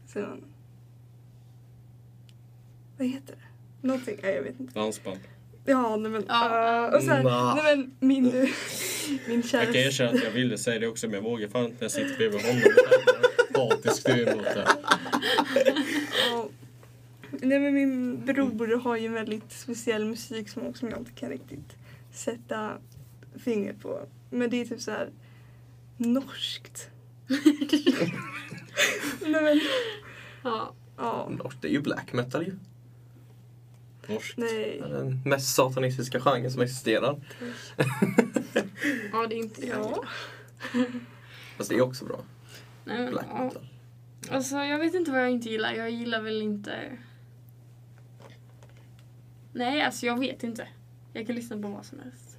Speaker 1: Så, vad heter det? Någonting, nej jag vet inte.
Speaker 6: Dansband.
Speaker 1: Ja, nej men.
Speaker 2: Ja.
Speaker 1: ah, och så här,
Speaker 5: Nah.
Speaker 1: nej men min, min kära...
Speaker 6: Mm. Jag kan erkänna att jag ville säga det också men jag vågar fan inte när jag sitter bredvid honom. Jag är Hatisk du är emot det.
Speaker 1: Ja. Nej men min bror har ju en väldigt speciell musiksmak som jag inte kan riktigt sätta fingret på. Men det är typ så här norskt. Nej men,
Speaker 2: ja.
Speaker 1: ja.
Speaker 5: Lars, det är ju black metal ju.
Speaker 6: Norskt.
Speaker 1: Nej.
Speaker 5: Den mest satanistiska genren som existerar.
Speaker 2: Ja, det är inte jag.
Speaker 1: Ja.
Speaker 5: Fast det är också bra.
Speaker 2: Nej, men,
Speaker 5: Black
Speaker 2: ja.
Speaker 5: metal.
Speaker 2: Alltså, jag vet inte vad jag inte gillar. Jag gillar väl inte... Nej, alltså jag vet inte. Jag kan lyssna på vad som helst.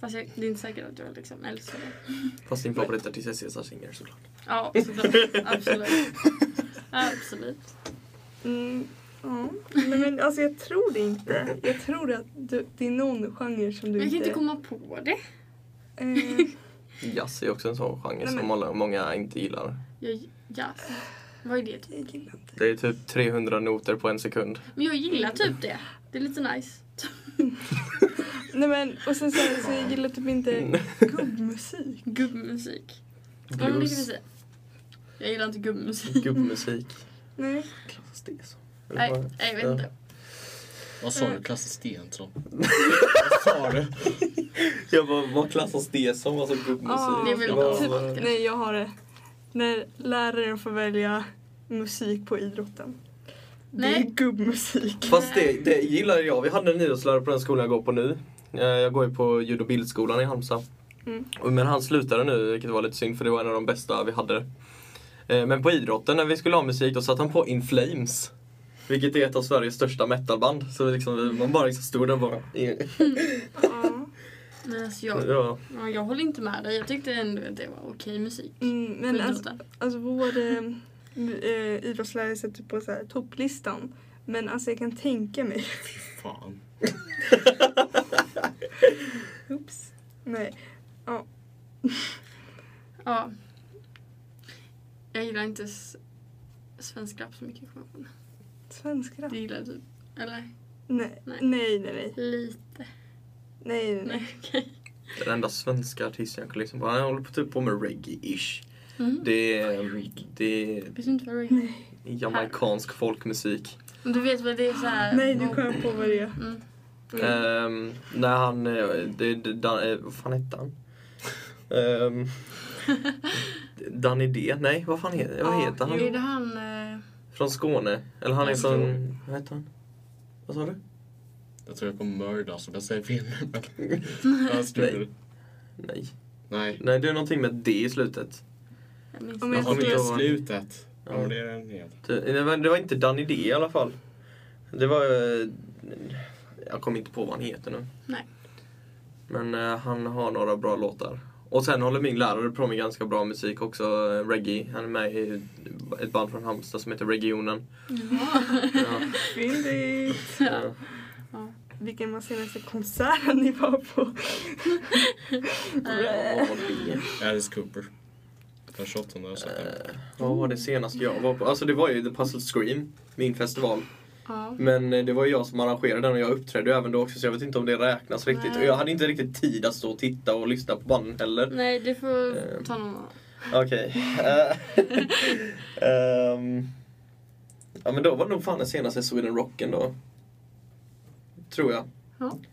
Speaker 2: Fast jag, det är inte säkert att jag liksom älskar det.
Speaker 5: Fast din favoritartist är Cesar Singer såklart.
Speaker 2: Ja, såklart. Absolut. Absolut.
Speaker 1: Mm, Ja. Nej, men alltså jag tror det inte. Jag tror att du, det är någon genre som du
Speaker 2: Jag kan inte komma på det.
Speaker 1: Eh,
Speaker 5: Jazz är också en sån genre
Speaker 1: Nej, men-
Speaker 5: som många, många inte gillar.
Speaker 2: Jag, jazz. Vad är det?
Speaker 1: jag gillar inte.
Speaker 5: Det är typ 300 noter på en sekund.
Speaker 2: Men jag gillar typ det. Det är lite nice.
Speaker 1: Nej men och sen så, så jag gillar typ
Speaker 5: Mm.
Speaker 1: inte gubbmusik.
Speaker 2: Gubbmusik. Ja, men det kan vi
Speaker 5: Blues,
Speaker 2: säga. Jag gillar inte gubbmusik.
Speaker 5: gubbmusik.
Speaker 1: Nej.
Speaker 5: Klassas det som?
Speaker 2: Nej, nej, jag vet inte.
Speaker 6: Vad sa du? Klasse Sten som? Vad sa du?
Speaker 5: Jag bara, vad klassas det som? Alltså gubbmusik?
Speaker 1: Ah,
Speaker 2: Det är väl
Speaker 5: Vad-
Speaker 2: typ-
Speaker 5: vad-
Speaker 1: Nej jag har det. När läraren får välja musik på idrotten. Det
Speaker 2: Nej.
Speaker 1: är gubbmusik.
Speaker 5: Fast det, det gillar jag. Vi hade en idrottslärare på den skolan jag går på nu. Eh, Jag går ju på ljud och bildskolan i Halmstad.
Speaker 1: Mm.
Speaker 5: Och- Men han slutade nu, vilket var lite synd för det var en av de bästa vi hade. Eh, Men på idrotten, när vi skulle ha musik, då satte han på In Flames. Vilket är ett av Sveriges största metalband. Så det liksom, vi- man bara liksom stod där och bara...
Speaker 1: Ja.
Speaker 2: Men alltså jag,
Speaker 5: Ja.
Speaker 2: ja, jag håller inte med dig. Jag tyckte ändå att det var okej musik.
Speaker 1: Mm, men alltså,
Speaker 2: Skidlåtar.
Speaker 1: Alltså vår eh, eh, idrottslärare sätter på så här topplistan. Men alltså jag kan tänka mig.
Speaker 6: Fan.
Speaker 1: Oops. Nej.
Speaker 2: Ja. Jag gillar inte s- svensk rap så mycket. kommer jag på.
Speaker 1: Svensk rap.
Speaker 2: Du gillar typ, eller?
Speaker 1: Nej.
Speaker 2: Nej.
Speaker 1: Nej nej nej.
Speaker 2: Lite.
Speaker 1: Nej nej nej.
Speaker 2: Nej, okej.
Speaker 5: Den enda svenska artisten jag kan lyssna på. Han håller på, typ på med reggae-ish.
Speaker 2: Mm.
Speaker 5: Det är, det är
Speaker 2: Vet du inte vad det är?
Speaker 5: jamaicansk folkmusik.
Speaker 2: Men Du vet vad det är såhär...
Speaker 1: Nej nu kom jag på vad det är.
Speaker 2: Mm.
Speaker 1: Mm.
Speaker 5: Ehm, när han, eh, det, det, Dan, eh, vad fan hette han? Um, Danny D? Nej, vad fan heter, vad
Speaker 1: Ja,
Speaker 5: heter han?
Speaker 2: Är det han... eh,
Speaker 5: Från Skåne? Eller han är
Speaker 2: Jag
Speaker 5: från,
Speaker 6: tror-
Speaker 5: vad heter han? Vad sa du?
Speaker 6: Jag tror jag kommer mörda så jag säger fel nu. men- Jag skulle-
Speaker 5: Nej.
Speaker 6: Nej.
Speaker 5: Nej, det är någonting med D i slutet.
Speaker 2: Jag minns
Speaker 1: Om
Speaker 2: inte.
Speaker 1: jag-
Speaker 6: Jaha, det
Speaker 5: tror-
Speaker 6: är slutet. Ja,
Speaker 5: Ja.
Speaker 6: men det är den helt.
Speaker 5: Det, det var- Eh, det var inte Danny D i alla fall. Det var, eh, jag kommer inte på vad han heter nu.
Speaker 2: Nej.
Speaker 5: Men eh, han har några bra låtar. Och sen håller min lärare på med ganska bra musik också, eh, reggae. Han är med i ett band från Halmstad som heter Regionen. Ja.
Speaker 1: Fyndigt.
Speaker 5: Ja.
Speaker 1: Vilken var senaste konserten ni var på?
Speaker 5: Vad var det?
Speaker 6: Alice Cooper. Den 28 har jag sett den.
Speaker 5: Eh, Vad var det senaste jag var på? Alltså det var ju The Puzzle Scream, min festival.
Speaker 2: Ja.
Speaker 5: Men eh, det var ju jag som arrangerade den och jag uppträdde ju även då också så jag vet inte om det räknas riktigt.
Speaker 2: Nej.
Speaker 5: Och jag hade inte riktigt tid att stå och titta och lyssna på banden heller.
Speaker 2: Nej, det får
Speaker 5: Eh.
Speaker 2: ta någon annan.
Speaker 5: Okej. Eh, ehm, ja men då var det nog fan den senaste Sweden Rocken då. Tror jag.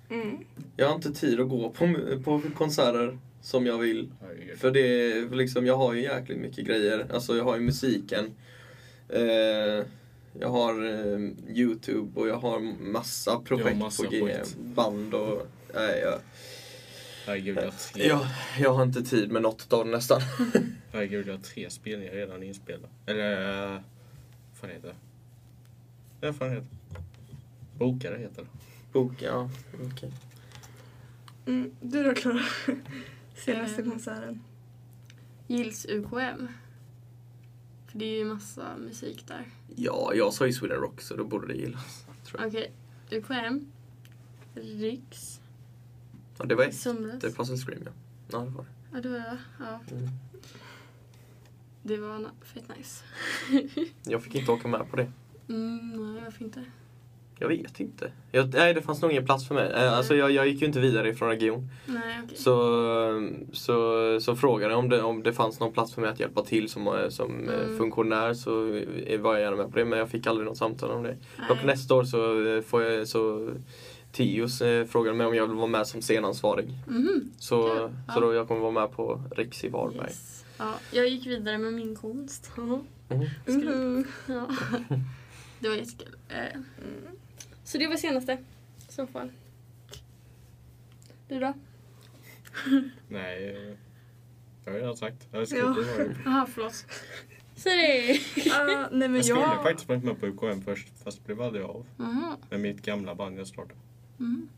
Speaker 1: Mm.
Speaker 5: Jag har inte tid att gå på, på konserter som jag vill.
Speaker 6: Herregud.
Speaker 5: För det är liksom, jag har ju jäkligt mycket grejer. Alltså jag har ju musiken. Eh, jag har eh, Youtube och jag har massa projekt
Speaker 6: massa
Speaker 5: på G.
Speaker 6: skit.
Speaker 5: Band och... Nej, jag,
Speaker 6: Herregud, jag har tre-
Speaker 5: jag, jag har inte tid med något av det nästan.
Speaker 6: Herregud, jag har tre spelningar redan inspelade. Eller... eh, Vad fan heter det? Ja, Vad fan heter det? Bokare heter det.
Speaker 5: Boka, ja. okej.
Speaker 1: Mm. Du då Klara? Senaste
Speaker 2: Eh.
Speaker 1: konserten.
Speaker 2: Gills UKM. För det är ju massa musik där.
Speaker 5: Ja, jag sa ju Sweden Rock så då borde det gillas. Tror jag.
Speaker 2: Okej, UKM. Riks.
Speaker 5: Ja, det var ett.
Speaker 2: Somras.
Speaker 5: Det är Puzzle Scream ja. Ja, det var
Speaker 2: Ja, det var
Speaker 5: det.
Speaker 2: det va? Ja.
Speaker 5: Mm.
Speaker 2: Det var na- fett nice.
Speaker 5: Jag fick inte åka med på det.
Speaker 2: Mm, nej, varför inte?
Speaker 5: Jag vet inte. Jag, nej, det fanns nog ingen plats för mig. Eh, Alltså, jag, jag gick ju inte vidare ifrån region.
Speaker 2: Nej, okej.
Speaker 5: Så, så, så frågade jag om det, om det fanns någon plats för mig att hjälpa till som, eh, som eh,
Speaker 2: Mm.
Speaker 5: funktionär så eh, var jag gärna med på det men jag fick aldrig något samtal om det. Och
Speaker 2: Nej.
Speaker 5: nästa år så eh, får jag så Tios eh, frågade mig om jag vill vara med som scenansvarig.
Speaker 2: Mhm,
Speaker 5: Så,
Speaker 2: Kul, ja.
Speaker 5: så då jag kommer vara med på Riks i Varberg.
Speaker 2: yes. Ja, jag gick vidare med min konst.
Speaker 5: Mm.
Speaker 2: Skulle-
Speaker 1: Uhu. Mm.
Speaker 2: Ja. Det var jättekul. Eh, Så det var senaste. I så fall. Du då?
Speaker 6: Nej, eh, jag har redan sagt. Alice
Speaker 1: Ja.
Speaker 6: Cooper var det.
Speaker 2: Jaha, förlåt. Säg det!
Speaker 1: Ah, nej men
Speaker 6: Jag skulle
Speaker 1: jag...
Speaker 6: faktiskt varit med på UKM först, fast det blev aldrig av.
Speaker 2: Jaha.
Speaker 6: Med mitt gamla band jag startade,
Speaker 2: Mm.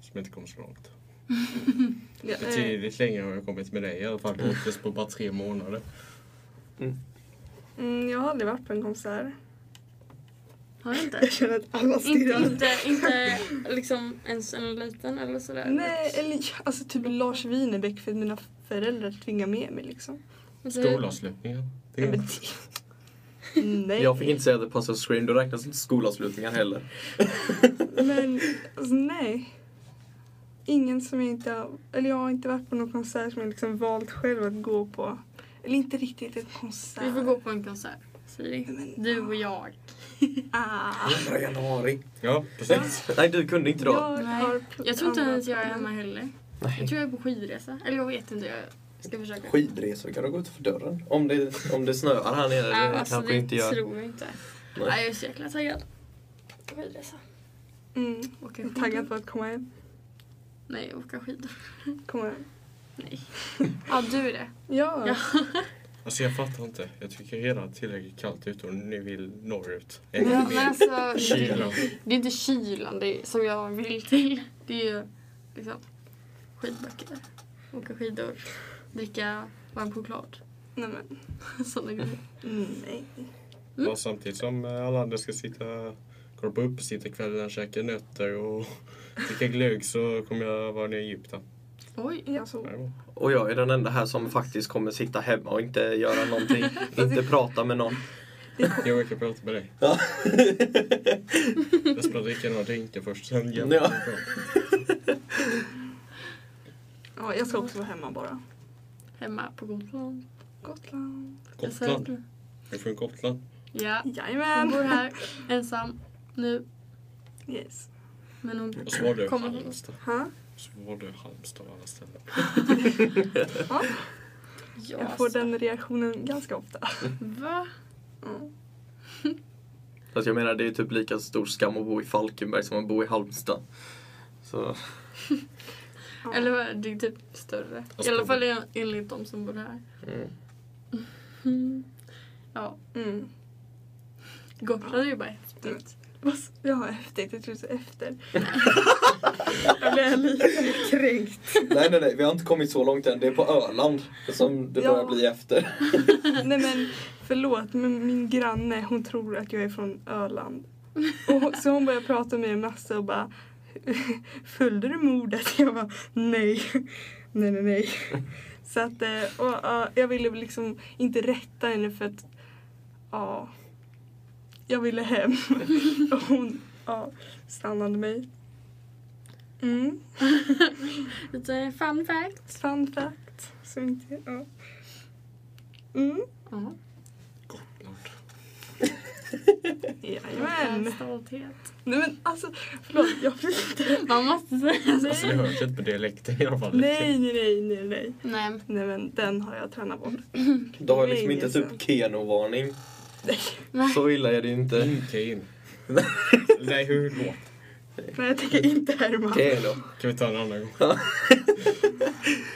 Speaker 6: som inte kom så långt.
Speaker 1: Ja, eh,
Speaker 6: Betydligt längre har jag kommit med dig i alla fall. Det åktes på bara tre månader.
Speaker 1: mm, jag har aldrig varit på en konsert.
Speaker 2: Har du inte?
Speaker 1: Jag känner att alla
Speaker 2: Inte,
Speaker 1: stirrar.
Speaker 2: inte, inte liksom ens en liten eller sådär.
Speaker 1: Nej, eller alltså typ Lars Winnerbäck för att mina föräldrar tvingar med mig liksom.
Speaker 2: Alltså,
Speaker 6: Skolavslutningen. Det
Speaker 1: Nej.
Speaker 6: är
Speaker 1: Men det... Nej.
Speaker 5: Jag fick inte säga att det passar scream, då räknas inte skolavslutningar heller.
Speaker 1: Men alltså, nej. Ingen som jag inte har, eller jag har inte varit på någon konsert som jag liksom valt själv att gå på. Eller inte riktigt en konsert.
Speaker 2: Vi får gå på en konsert. Siri.
Speaker 1: Men-
Speaker 2: Du och jag.
Speaker 1: Ah.
Speaker 5: 2 januari.
Speaker 6: Ja, precis.
Speaker 5: Nej, du kunde inte
Speaker 1: Jag,
Speaker 5: då.
Speaker 1: har
Speaker 2: Jag tror inte
Speaker 1: andra
Speaker 2: ens jag är
Speaker 1: planer.
Speaker 2: hemma heller.
Speaker 5: Nej.
Speaker 2: Jag tror jag är på skidresa. Eller jag vet inte. Jag ska försöka.
Speaker 5: Skidresor kan du gå ut för dörren. Om det, om det snöar här nere,
Speaker 2: Nej,
Speaker 5: det
Speaker 2: alltså,
Speaker 5: kanske
Speaker 2: det
Speaker 5: inte gör.
Speaker 2: tror jag inte. Nej. jag är så jäkla taggad. Skidresa.
Speaker 1: Mm.
Speaker 2: Åka
Speaker 1: Jag är
Speaker 2: skidor.
Speaker 1: taggad på att komma hem.
Speaker 2: Nej, åka skidor.
Speaker 1: Komma hem.
Speaker 2: Nej. Ja, du är det.
Speaker 1: Ja.
Speaker 2: Ja.
Speaker 6: Alltså jag fattar inte. Jag tycker redan tillräckligt kallt ute och ni vill norrut.
Speaker 2: Men,
Speaker 6: Ännu mer
Speaker 2: alltså, det,
Speaker 6: kyla.
Speaker 2: det är inte kylan det är, som jag vill till. Det är ju liksom skidbackar, åka skidor, dricka varm choklad.
Speaker 1: Nej men.
Speaker 2: Sådana grejer.
Speaker 1: Nej.
Speaker 6: Och samtidigt som eh, alla andra ska sitta kolla på uppesittarkvällen, käka nötter och dricka glögg så kommer jag vara nere i Egypten.
Speaker 2: Oj.
Speaker 1: Jag så.
Speaker 6: Där var-
Speaker 5: Och jag är den enda här som faktiskt kommer sitta hemma och inte göra någonting.
Speaker 1: Alltså-
Speaker 5: inte prata med någon.
Speaker 6: Jag verkar prata med dig.
Speaker 5: Ja.
Speaker 6: Jag ska bara dricka några drinkar först, sen jävlar.
Speaker 5: Ja.
Speaker 6: vad bra.
Speaker 1: Ja, jag ska också vara hemma bara.
Speaker 2: Hemma på Gotland.
Speaker 1: Gotland.
Speaker 2: Jag säger
Speaker 6: Gotland.
Speaker 2: det.
Speaker 6: Är du från Gotland?
Speaker 2: Ja. Hon
Speaker 1: Jajamän.
Speaker 2: bor här ensam nu.
Speaker 1: Yes.
Speaker 2: Men hon
Speaker 6: Och så var du i
Speaker 2: Kommer.
Speaker 6: Halmstad.
Speaker 1: Ha?
Speaker 6: Så var du i Halmstad av alla ställen.
Speaker 1: Ja.
Speaker 2: Ja,
Speaker 1: Jag får
Speaker 2: alltså.
Speaker 1: den reaktionen ganska ofta.
Speaker 2: Va?
Speaker 1: Mm.
Speaker 5: Fast jag menar, det är typ lika stor skam att bo i Falkenberg som att bo i Halmstad. Så,
Speaker 1: Ja.
Speaker 2: Eller vad? Det är typ större. I
Speaker 6: Alltså,
Speaker 2: alla fall en- enligt de som bor här.
Speaker 5: mm.
Speaker 2: Mm. Ja,
Speaker 1: Mm.
Speaker 2: Gotland är ju bara häftigt.
Speaker 1: Vad s- Ja, häftigt. Jag trodde du sa efter. jag blev lite kränkt.
Speaker 5: Nej, nej, nej. Vi har inte kommit så långt än. Det är på Öland som det
Speaker 1: Ja.
Speaker 5: börjar bli efter.
Speaker 1: Nej men förlåt, men min granne hon tror att jag är från Öland. Och hon, så hon börjar prata med mig en massa och bara Följde du mordet? Jag bara nej. Nej nej nej. Så att eh, och, ja, jag ville liksom inte rätta henne för att ja. Jag ville hem. Och hon ja, stannade mig. Mm.
Speaker 2: Lite fun fact.
Speaker 1: Fun fact. Som inte, ja. Mm.
Speaker 2: Ja.
Speaker 6: Gotland.
Speaker 1: Jajamän.
Speaker 2: Stolthet.
Speaker 1: Nej men alltså, förlåt. Jag fick inte.
Speaker 2: Man måste säga så.
Speaker 6: Alltså det hörs inte på dialekten i alla fall.
Speaker 1: Nej, nej, nej, nej, nej.
Speaker 2: Nej.
Speaker 1: Nej men den har jag tränat bort.
Speaker 5: Du har liksom
Speaker 1: Det är
Speaker 5: inte
Speaker 1: ingen
Speaker 5: typ Keno-varning. Mm.
Speaker 1: Nej,
Speaker 5: Så illa är det inte.
Speaker 6: Inte in. Nej, hur låt?
Speaker 1: nej jag tänker inte härma.
Speaker 5: Keno.
Speaker 6: Kan vi ta en annan gång?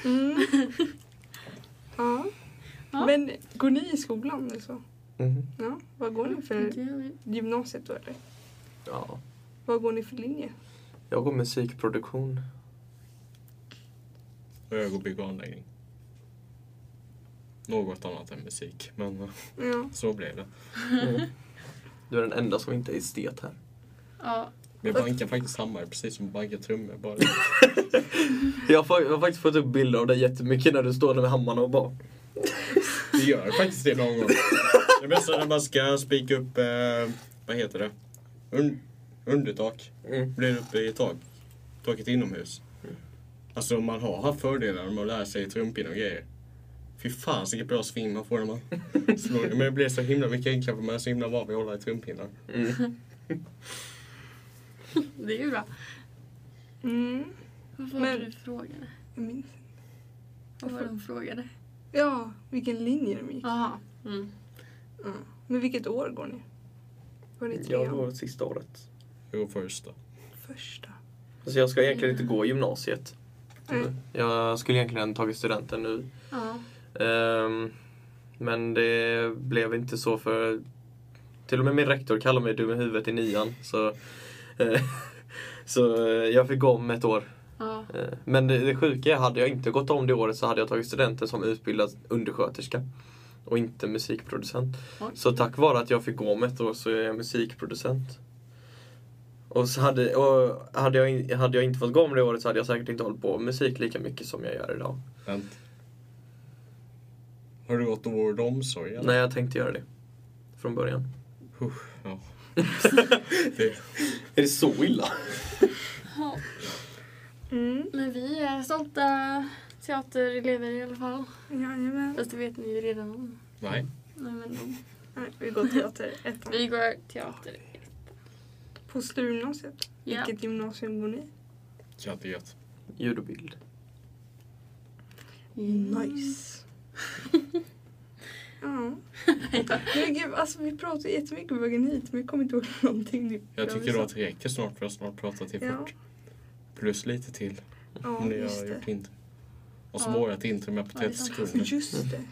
Speaker 1: Mm. Ja.
Speaker 2: Ja.
Speaker 1: Men går ni i skolan eller så?
Speaker 5: Mm.
Speaker 1: Ja. Vad går ni
Speaker 2: Det
Speaker 1: för
Speaker 2: gör vi.
Speaker 1: gymnasiet då eller?
Speaker 5: Ja.
Speaker 1: Vad går ni för linje?
Speaker 5: Jag går musikproduktion.
Speaker 6: Och jag går bygg och anläggning. Något annat än musik, men eh,
Speaker 1: Ja.
Speaker 6: så blev det.
Speaker 5: Du är den enda som inte är estet här.
Speaker 2: Ja.
Speaker 6: Vi bankar faktiskt hammare precis som vi bankar trummor. Bara.
Speaker 5: Jag har, fa- jag har faktiskt fått upp bilder av dig jättemycket när du står där med hammarna och bara...
Speaker 6: Vi gör faktiskt det någon gång. Det bästa när man ska spika upp, eh, vad heter det? Un undertak.
Speaker 5: Mm.
Speaker 6: Blir uppe i tak. Taket inomhus. Alltså man har haft fördelar med att lära sig trumpin och grejer. Fy fan vilket bra sving man får när man slår. Men det blir så himla mycket enklare för man är så himla van vid att hålla i trumpinnar.
Speaker 5: Mm.
Speaker 2: Det är ju bra.
Speaker 1: Mm.
Speaker 2: Vad var
Speaker 1: Men-
Speaker 2: det du frågade?
Speaker 1: Jag minns.
Speaker 2: Vad var det hon frågade?
Speaker 1: Ja, vilken linje de gick.
Speaker 2: Jaha. Mm.
Speaker 1: Ja. Men vilket år går ni? Går ni
Speaker 5: Jag
Speaker 1: trean?
Speaker 5: går sista året.
Speaker 6: Jag går första.
Speaker 1: Första?
Speaker 5: Alltså jag ska egentligen inte gå gymnasiet.
Speaker 1: Nej.
Speaker 5: Jag skulle egentligen tagit studenten nu
Speaker 2: Ja.
Speaker 5: Ehm, men det blev inte så för till och med min rektor kallade mig dum i huvudet i nian. Så, eh, så eh, jag fick gå om ett år.
Speaker 2: Ja.
Speaker 5: Eh, men det, det sjuka är, hade jag inte gått om det året så hade jag tagit studenten som utbildad undersköterska. och inte musikproducent.
Speaker 7: Oj.
Speaker 5: Så tack vare att jag fick gå om ett år så är jag musikproducent. Och, så hade, och hade, jag, in- hade jag inte fått gå om det året så hade jag säkert inte hållit på med musik lika mycket som jag gör idag.
Speaker 6: Vänt. Har du gått vård och omsorg? eller?
Speaker 5: Nej, jag tänkte göra det. Från början.
Speaker 6: Ja.
Speaker 5: Är det så illa?
Speaker 1: Mm,
Speaker 2: Men vi är stolta teaterelever i alla fall.
Speaker 1: jajamän.
Speaker 2: Fast det vet ni ju redan om.
Speaker 6: Nej.
Speaker 2: Nej, men då.
Speaker 1: Nej, Vi går teater ettan.
Speaker 2: Vi går teater.
Speaker 1: På Sturgymnasiet.
Speaker 2: Ja.
Speaker 1: Vilket gymnasium går ni?
Speaker 6: Jag hade gött.
Speaker 5: Ljud och bild.
Speaker 2: Mm.
Speaker 1: Nice. ja. Men gud, alltså vi pratar jättemycket på vägen hit men jag kommer inte ihåg någonting nu.
Speaker 6: Jag tycker då att det räcker snart för jag har snart pratat i 40.
Speaker 1: Ja,
Speaker 6: Plus lite till.
Speaker 1: ja
Speaker 6: om det jag
Speaker 1: just
Speaker 6: har
Speaker 1: det. Alltså,
Speaker 6: gjort inte. Och så
Speaker 2: Ja.
Speaker 6: målar jag ett intro med på
Speaker 2: Ja, det är
Speaker 6: 30
Speaker 2: sant.
Speaker 6: sekunder.
Speaker 1: Just det. Är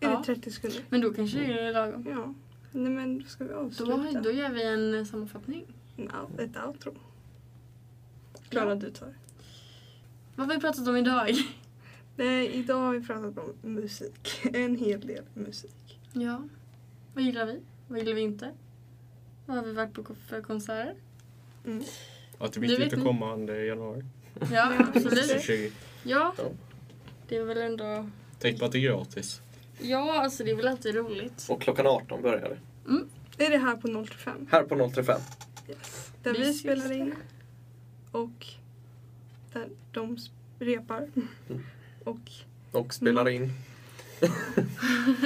Speaker 2: Ja.
Speaker 1: det 30 sekunder?
Speaker 2: Men då kanske det är lagom.
Speaker 1: Ja. Nej men då ska vi
Speaker 2: Då,
Speaker 1: avsluta.
Speaker 2: har- då gör vi en sammanfattning.
Speaker 1: En out- Ett outro. Klara du tar.
Speaker 2: Vad har vi pratat om idag?
Speaker 1: Nej, idag har vi pratat om musik. En hel del musik.
Speaker 2: Ja. Vad gillar vi? Vad gillar vi inte? Vad har vi varit på för konserter?
Speaker 1: Mm.
Speaker 6: Att det
Speaker 2: Nu
Speaker 6: är viktigt
Speaker 2: vet
Speaker 6: att
Speaker 2: ni.
Speaker 6: komma andra januari.
Speaker 2: Ja, absolut.
Speaker 6: 2020.
Speaker 2: Ja.
Speaker 5: Ja.
Speaker 2: Det är väl ändå...
Speaker 6: Tänk på att det är gratis.
Speaker 2: Ja, alltså det är väl alltid roligt.
Speaker 5: Och klockan 18 börjar det.
Speaker 1: Det är det här på 035.
Speaker 5: Här på 035.
Speaker 1: Yes. Där
Speaker 2: Vi
Speaker 1: vi
Speaker 2: ses
Speaker 1: spelar
Speaker 2: där.
Speaker 1: in. Och där de sp- repar. Och,
Speaker 5: Och spelar in.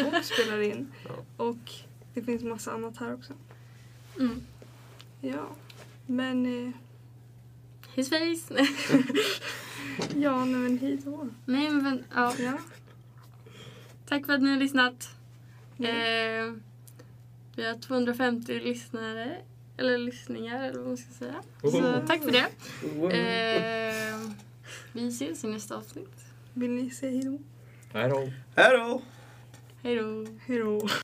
Speaker 1: och spelar in.
Speaker 5: Ja.
Speaker 1: Och det finns massa annat här också.
Speaker 2: Mm.
Speaker 1: Ja. Men eh,
Speaker 2: His face.
Speaker 1: ja, nej, men hej då.
Speaker 2: Nej, men ja.
Speaker 1: Ja.
Speaker 2: Tack för att ni har lyssnat.
Speaker 1: Mm.
Speaker 2: Eh, vi har 250 lyssnare. Eller lyssningar, eller vad man ska säga. Så tack för det.
Speaker 5: Mm.
Speaker 2: Mm. Eh, vi ses i nästa avsnitt.
Speaker 1: Vill ni säga hej då?
Speaker 6: Nej då.
Speaker 5: Hej då!
Speaker 2: Hej då.
Speaker 1: Hej då.